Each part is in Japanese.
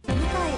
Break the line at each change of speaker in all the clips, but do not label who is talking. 蘭の調和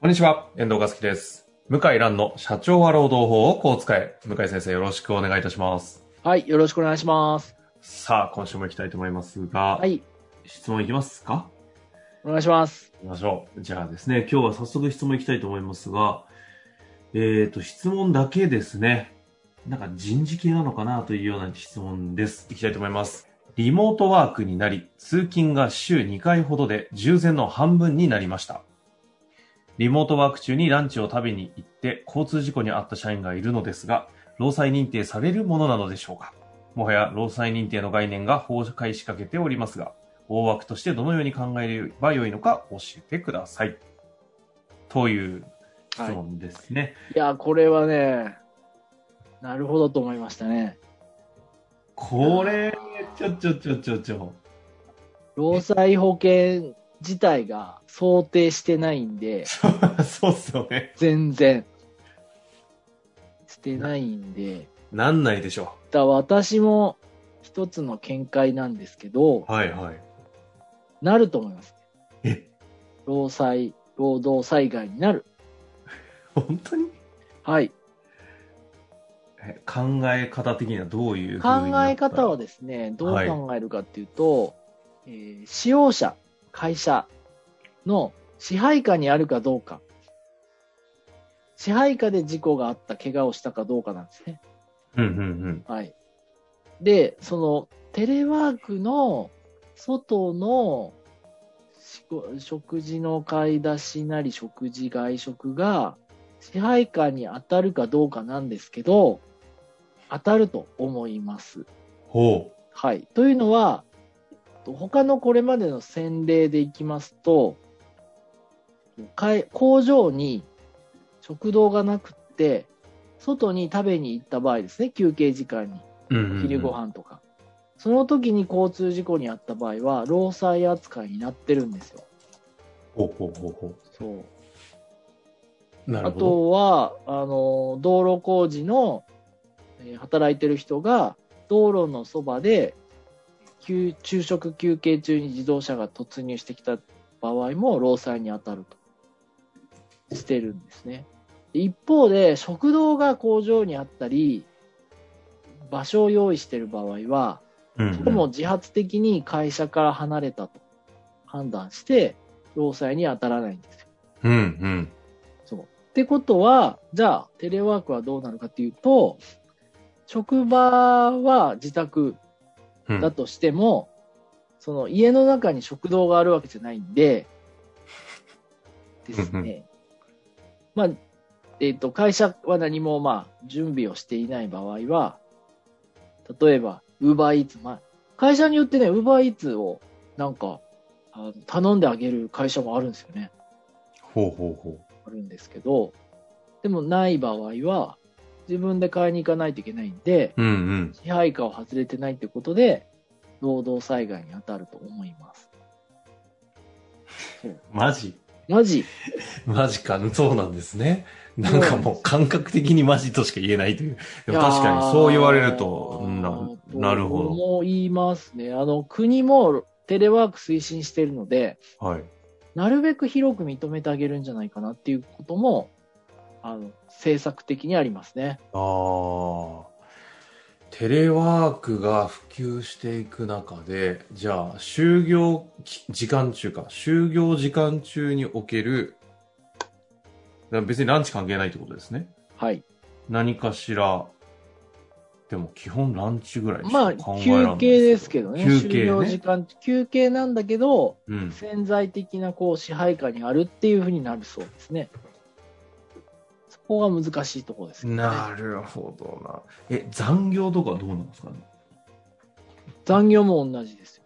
こんにちは、遠藤和樹です。向井蘭の社長は労働法をこう使え。向井先生、よろしくお願いいたします。
はい、よろしくお願いします。
さあ、今週も行きたいと思いますが、
はい、
質問いきますか
お願いします。
行きましょう。じゃあですね、今日は早速質問いきたいと思いますが、えっ、と、質問だけですね。なんか人事系なのかなというような質問です。いきたいと思います。リモートワークになり、通勤が週2回ほどで従前の半分になりました。リモートワーク中にランチを食べに行って交通事故に遭った社員がいるのですが、労災認定されるものなのでしょうかもはや労災認定の概念が崩壊しかけておりますが、大枠としてどのように考えればよいのか教えてください。という質問ですね。
いや、これはね、なるほどと思いましたね。
これ、ちょちょちょちょちょ。
労災保険自体が想定してないんで、
そうっすよね。
全然。してないんで、
なんないでしょ
だ私も一つの見解なんですけど、
う。はいはい。
なると思います。
え、
労災、労働災害になる。
本当に
はい。
え考え方的にはどういう
考え方は
で
ですね、どう考えるかっていうと、えー使用者、会社の支配下にあるかどうか、支配下で事故があった、怪我をしたかどうかなんですね。
うんうんうん。
はい。で、そのテレワークの外のしこ食事の買い出しなり食事外食が支配下に当たるかどうかなんですけど、当たると思います。
ほう。
はい。というのは、えっと他のこれまでの先例でいきますと、かい工場に食堂がなくって、外に食べに行った場合ですね、休憩時間に、
うんうんうん
昼ご飯とか。その時に交通事故に遭った場合は、労災扱いになってるんですよ。
ほうほうほうほ
そう。
う。なる
あ
ほど。
とは、あの、道路工事の、えー働いてる人が、道路のそばで、休昼食休憩中に自動車が突入してきた場合も、労災に当たるとしてるんですね。で一方で、食堂が工場にあったり、場所を用意してる場合は、
うんうん
そこも自発的に会社から離れたと判断して、労災に当たらないんですよ。
うんうん。
そう。ってことは、じゃあ、テレワークはどうなるかっていうと、職場は自宅
うん
だとしても、その家の中に食堂があるわけじゃないんで、です
うんう
ね。まあ、えっ、と、会社は何もまあ、準備をしていない場合は、例えば、ウーバーイーツ、まあ、会社によってね、ウーバーイーツをなんか、あの頼んであげる会社もあるんですよね。
ほうほうほう。
あるんですけど、でもない場合は、自分で買いに行かないといけないんで、
うんうん。
支配下を外れてないってことで、労働災害に当たると思います。
マジ
マジ
マジか、そうなんですね。なんかもう感覚的にマジとしか言えないという。でも確かにそう言われると、
いや
な
ー、
なるほ
思いますね。あの、国もテレワーク推進してるので、
ど。はい。
なるべく広く認めてあげるんじゃないかなっていうことも、あの、政策的にありますね。
ああ。テレワークが普及していく中で、じゃあ、就業き時間中か、就業時間中における、だから別にランチ関係ないってことですね。
はい。
何かしら、でも基本ランチぐらいし
ま
か
あ、
考えら
休
んない
憩ですけどね。
休
就
憩
業時
ね。
間、休憩なんだけど、
うん。
潜在的なこう支配下にあるっていうふうになるそうですね。そこが難しいところですけどね、
なるほどな。え、残業とかどうなんですかね
残業も同じですよ。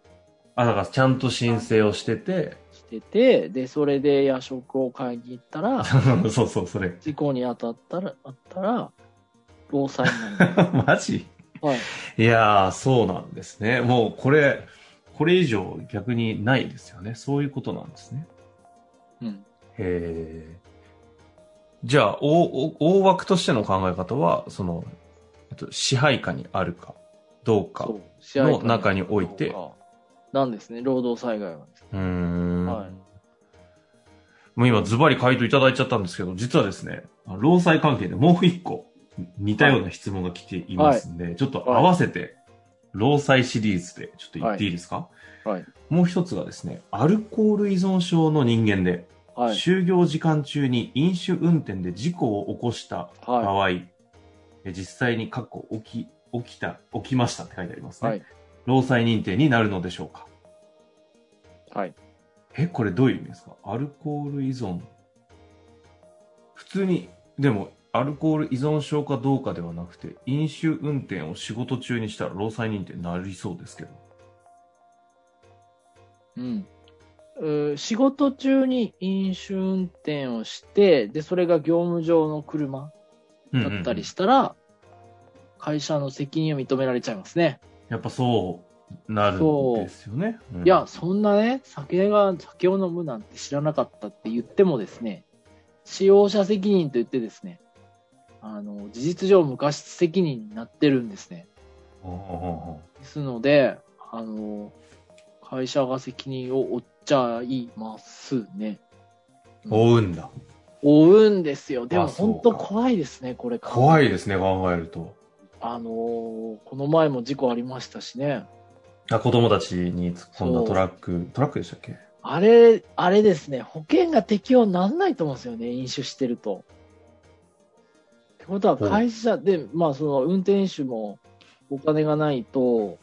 あ、だからちゃんと申請をしてて、
してて、で、それで夜食を買いに行っ たら、
そうそう、それ。
事故に当たったら、あったら、労災になる。
マジ
はい。
いやー、そうなんですね。もうこれ、これ以上逆にないですよね。そういうことなんですね。
うん。
へえ。じゃあ、大大大枠としての考え方は、その、えっと、支配下にあるか、どうか。
そうう。試合会
の中において
なんですね、労働災害はですね。
ーん。
はい
もう今、ズバリ回答いただいちゃったんですけど、実はですね、労災関係でもう一個、似たような質問が来ていますんで、ちょっと合わせて、労災シリーズでちょっと言っていいですか、
はい。
もう一つがですね、アルコール依存症の人間で、
はい。
就業時間中に飲酒運転で事故を起こした場合、
は
え実際に過去起き、起きた、起きましたって書いてあります
い。
ね。
はい。
労災認定になるのでしょうか
はい。
え、これどういう意味ですかアルコール依存。普通に、でも、アルコール依存症かどうかではなくて、飲酒運転を仕事中にしたら労災認定になりそうですけど。
うん。うー仕事中に飲酒運転をして、で、それが業務上の車
うん
だ
うんうん
ったりしたら、会社の責任を認められちゃいますね。
やっぱそうなるんですよね。うん
いや、そんなね、酒が、酒を飲むなんて知らなかったって言ってもですね、使用者責任と言ってですね、あの、事実上無過失責任になってるんですね。
ほうほうほ
ですので、あの、会社が責任を負っちゃいますね。
う追うんだ。
負うんですよ。でも
あそう
本当怖いですね、これ。
怖
い。
いですね、考えると。
あのーこの前も事故ありましたしね。
あ子供たちに突っ込んだ
そう
トラック、トラックでしたっけ
あれ、あれですね、保険が適用にならないと思うんですよね、飲酒してると。ってことは、
ほう
会社で、まあ、その運転手もお金がないと、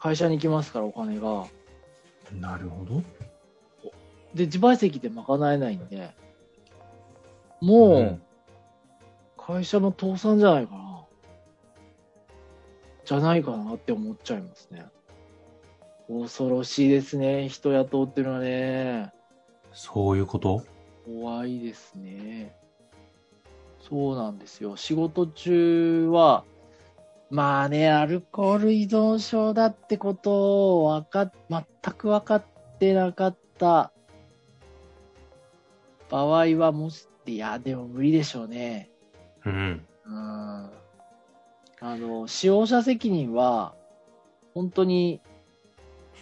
会社に来ますから、お金が。
なるほど。
で、自賠責で賄えないんで、もう、会社の倒産じゃないかな。じゃないかなって思っちゃいますね。恐ろしいですね。人雇うっていうのはね。
そういうこと
怖いですね。そうなんですよ。仕事中は、まあね、アルコール依存症だってことをわか、全く分かってなかった場合は、もし、いや、でも無理でしょうね。
うん。
うんあの、使用者責任は、本当に、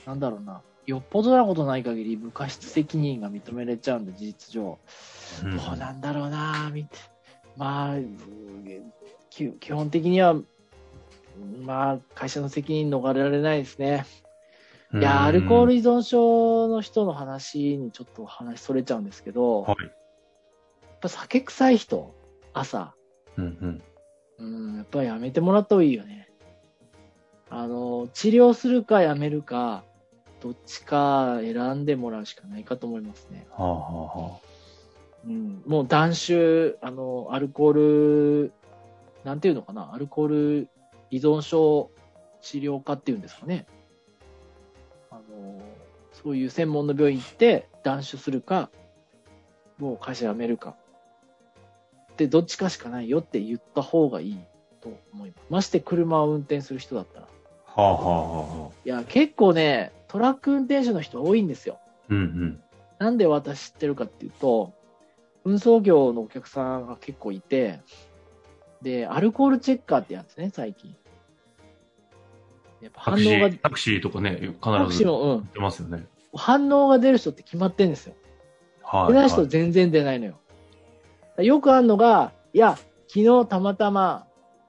なんだろうな、よっぽどなことない限り、無過失責任が認められちゃうんで、事実上。
うん
どうなんだろうな、みてまあ、うんき基本的には、まあ、会社の責任逃れられないですね。いや、アルコール依存症の人の話にちょっと話それちゃうんですけど、や
は
っ
い。
ぱ酒臭い人、朝、
うんうん。
うん、やっぱりやめてもらった方がいいよね。あの、治療するかやめるか、どっちか選んでもらうしかないかと思いますね。
はあはあは
うん、もう断酒、あの、アルコール、なんていうのかな、アルコール依存症治療科っていうんですかね。あの、そういう専門の病院行って断酒するか、もう会社辞めるか。で、どっちかしかないよって言った方がいいと思います。まして車を運転する人だったら。
あ。はあはあはあ。
いや、結構ね、トラック運転手の人多いんですよ。
うんうん。
なんで私知ってるかっていうと、運送業のお客さんが結構いて、で、アルコールチェッカーってやつね、最近。やっぱ
タ
反応
クシ
が、
ー、タクシーとかね、
タク
必
シ
ず
ー
出
も、うん、
ますよね。
反応が出る人って決まってんですよ。
はい。
出ない人
はい
全然出ないのよ。よくあるのが、いや、昨日たまたま、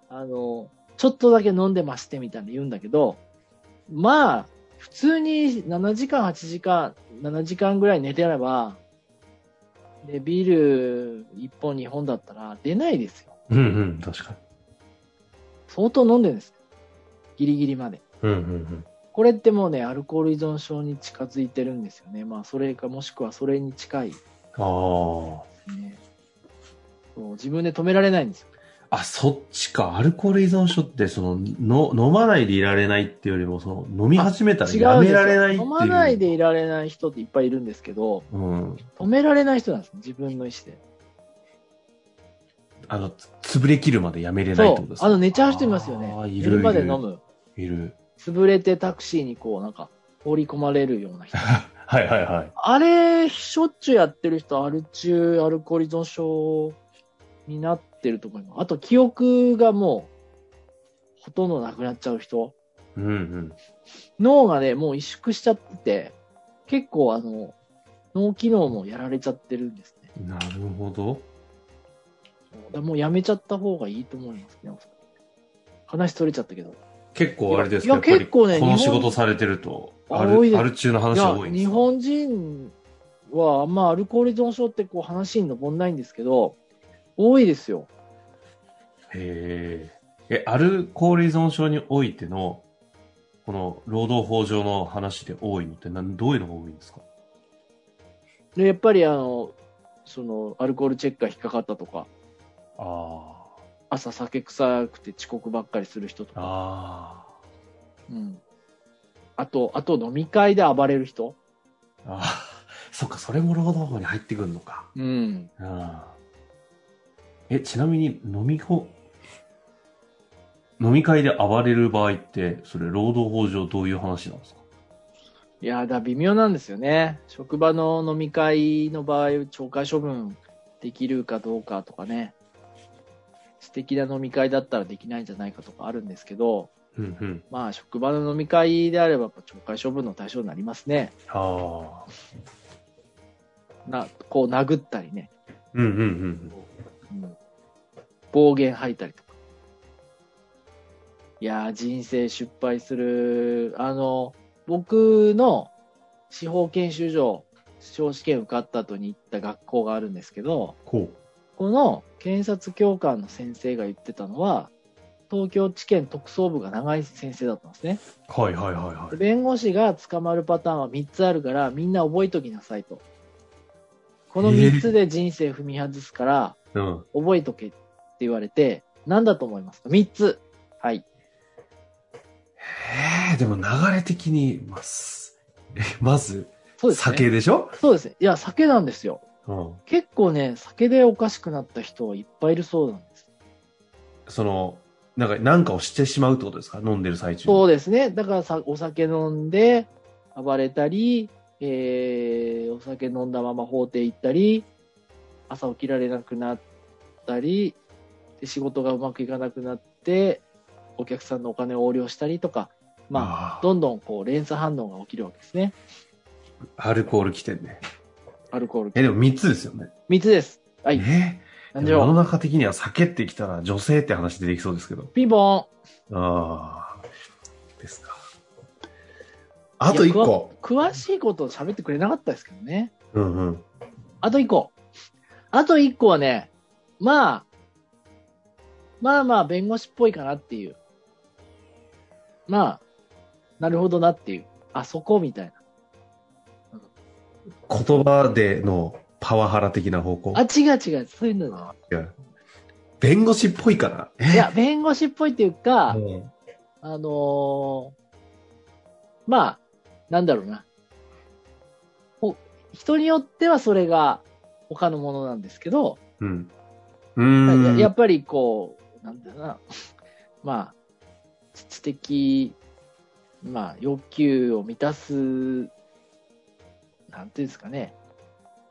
あの、ちょっとだけ飲んでましてみたいな言うんだけど、まあ、普通に7時間、8時間、7時間ぐらい寝てれば、で、ビール1本、2本だったら出ないですよ。
うんうん、確かに。
相当飲んでるんです。ギリギリまで。
うんうん
これってもうね、アルコール依存症に近づいてるんですよね。まあ、それかもしくはそれに近いで
うん。あ
すね。そう自分で止められないんですよ
あ。あ、そっちか。アルコール依存症って、その、の、飲まないでいられないっていうよりも、その、飲み始めたら
違
や
うん
め
です
られないっていう。
よ飲まないでいられない人っていっぱいいるんですけど、
うん。
止められない人なんです、自分の意思で。
あの、つ潰れきるまでやめれないって
そ
こ
う
とで、すか
あの、寝ちゃう人いますよね
あー。い
寝
る
るまで
いる
飲む。
いる。
潰れてタクシーにこう、なんか、放り込まれるような人。
はいはいはい。
あれ、しょっちゅうやってる人、アル中、アルコール依存症になってると思います。あと、記憶がもう、ほとんどなくなっちゃう人。
うんうん。
脳がね、もう萎縮しちゃってて、結構あの、脳機能もやられちゃってるんですね。
なるほど。
だからもうやめちゃった方がいいと思いますね。おそらく話取れちゃったけど。
結構あれですかや
いや
っぱり
結構ね
この
日
仕
本
事されてると、
あ
ある
多いです
ある中の話が多いんです
日
か
本人は、あんまあ、アルコール依存症ってこう話に上んないんですけど、多いですよ。
へえ。え、アルコール依存症においての、この労働法上の話で多いのってなんどういうのが多いんですか
で、やっぱりあの、その、アルコールチェックが引っかかったとか、
あ
朝酒臭くて遅刻ばっかりする人と
あ。
か、
あ
うん。あと、あと飲み会で暴れる人。
あ。ああ。 そっか、それも労働法に入ってくるのか。
うん。
うん。え、ちなみに飲みほ、飲み会で暴れる場合って、それ労働法上どういう話なんですか
いやー、だから微妙なんですよね。職場の飲み会の場合、懲戒処分できるかどうかとかね。素敵な飲み会だったらできないんじゃないかとかあるんですけど、
うんうん。
まあ、職場の飲み会であれば、やっぱ懲戒処分の対象になりますね。
ああ。
な、こう殴ったりね。
うんうんうん。
うん暴言吐いたりとか。いやー、人生失敗する。あの、僕の司法研修所、司法試験受かった後に行った学校があるんですけど、
こう。
この検察教官の先生が言ってたのは、東京地検特捜部が長い先生だったんですね。
はいはいはいは
で。弁護士が捕まるパターンは3つあるから、みんな覚えときなさいと。この3つで人生踏み外すから、
うん。
覚えとけって言われて、何だと思いますか ?3 つ。はい。
ええでも流れ的に、まず、えまず、
そうですね。
酒でしょ
そうですね。いや、酒なんですよ。
うん。
結構ね、酒でおかしくなった人はいっぱいいるそうなんです。
その、なんか、なんかをしてしまうってことですか飲んでる最中に
そうですね。だからさ、お酒飲んで、暴れたり、えー、お酒飲んだまま法廷行ったり、朝起きられなくなったり、で仕事がうまくいかなくなって、お客さんのお金を横領したりとか、ま
ま
あ、どんどんこう連鎖反応が起きるわけですね。
あ、アルコール起点ね。
アルコール。
え、でも3つですよね。
3つです。はい
え
なん
ー
で
世の
よ。
中的には酒ってきたら女性って話出てきそうですけど。
ピンポ
ああ、ですか。あと1個
ン。詳しいことを喋ってくれなかったですけどね。
うんうん。
あと1個。あと1個はね、まあ、まあまあ弁護士っぽいかなっていう。まあ、なるほどなっていう。あそこみたいな。
言葉でのパワハラ的な方向
あ、。違う違う。そういうのじゃない。
や弁護士っぽいかない
いや、弁護士っぽいっていうか、
うん
あのーまあ、なんだろうな。お人によってはそれが他のものなんですけど、
うん。うーん。
やっぱりこう、なんだろうな、 まあ、知的、まあ、欲求を満たす、なんていうんですかね、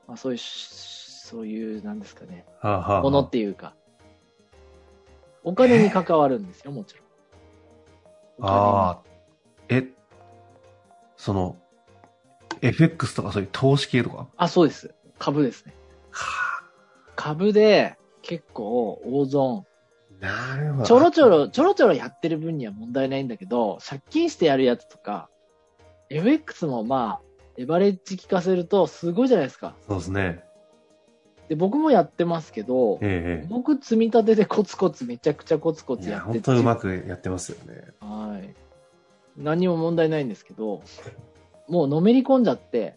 まあ、そういうし、そういう、なんですかね、
はあはあはあ
ものっていうか、お金に関わるんですよ、もちろん。お金に
ああ。え、その、FX とかそういう投資系とか
あ、そうです。株ですね。
は
株で結構大損。
あ、なるほど。
ちょろちょろ、ちょろちょろやってる分には問題ないんだけど、借金してやるやつとか、FX もまあ、レバレッジ効かせるとすごいじゃないですか。
そうですね。
で、僕もやってますけど、
ええ
僕積み立てでコツコツめちゃくちゃコツコ
ええ。
ツ
いや、
やって
本
て。
当にうまくやってますよね。
はい。何にも問題ないんですけど、もうのめり込んじゃって、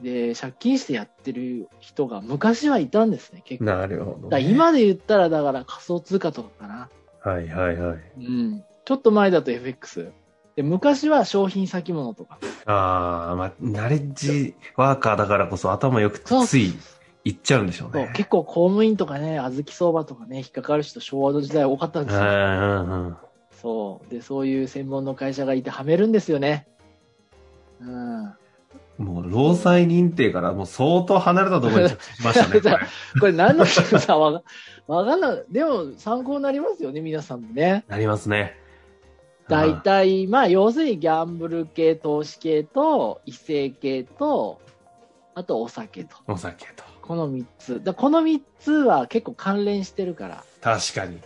で、借金してやってる人が昔はいたんですね、結構。
なるほど、
だから
ね。
今で言ったら、だから仮想通貨とかかな。
はいはいはい。
うん。ちょっと前だと FX。で、昔は商品先物とか。
ああ、まあ、ナレッジワーカーだからこそ頭よくて
そう
つい行っちゃうんでしょう
そう
ね。
結構公務員とかね、小豆相場とかね、引っかかる人昭和の時代多かったん
うん
で
う
すよ。
んうん。
そう。で、そういう専門の会社がいてはめるんですよね。うん。
もう、労災認定からもう相当離れたところに着地しました ね、これ。
これ何の人さ、わか わかんない。でも参考になりますよね、皆さんもね。
なりますね。
大体、まあ、要するにギャンブル系、投資系と、異性系と、あとお酒と。
うんお酒と。
この3つ。だこの3つは結構関連してるから。
確かに。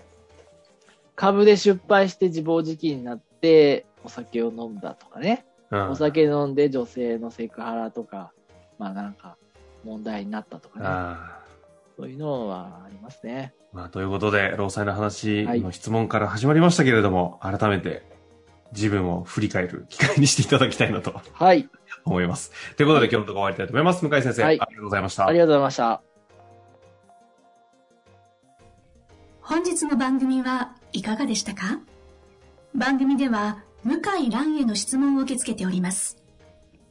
株で失敗して自暴自棄になって、お酒を飲んだとかね。
うん
お酒飲んで女性のセクハラとか、まあなんか問題になったとかね。
あー
そういうのはありますね。
まあ、ということで、労災の話
はい
の質問から始まりましたけれども、改めて自分を振り返る機会にしていただきたいなと
はい。
思います。ということで、今日のところ終わりたいと思います。向井先生、
はい
ありがとうございました。
ありがとうございました。
本日の番組はいかがでしたか番組では向井蘭への質問を受け付けております。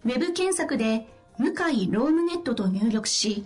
ウェブ検索で向井ロームネットと入力し、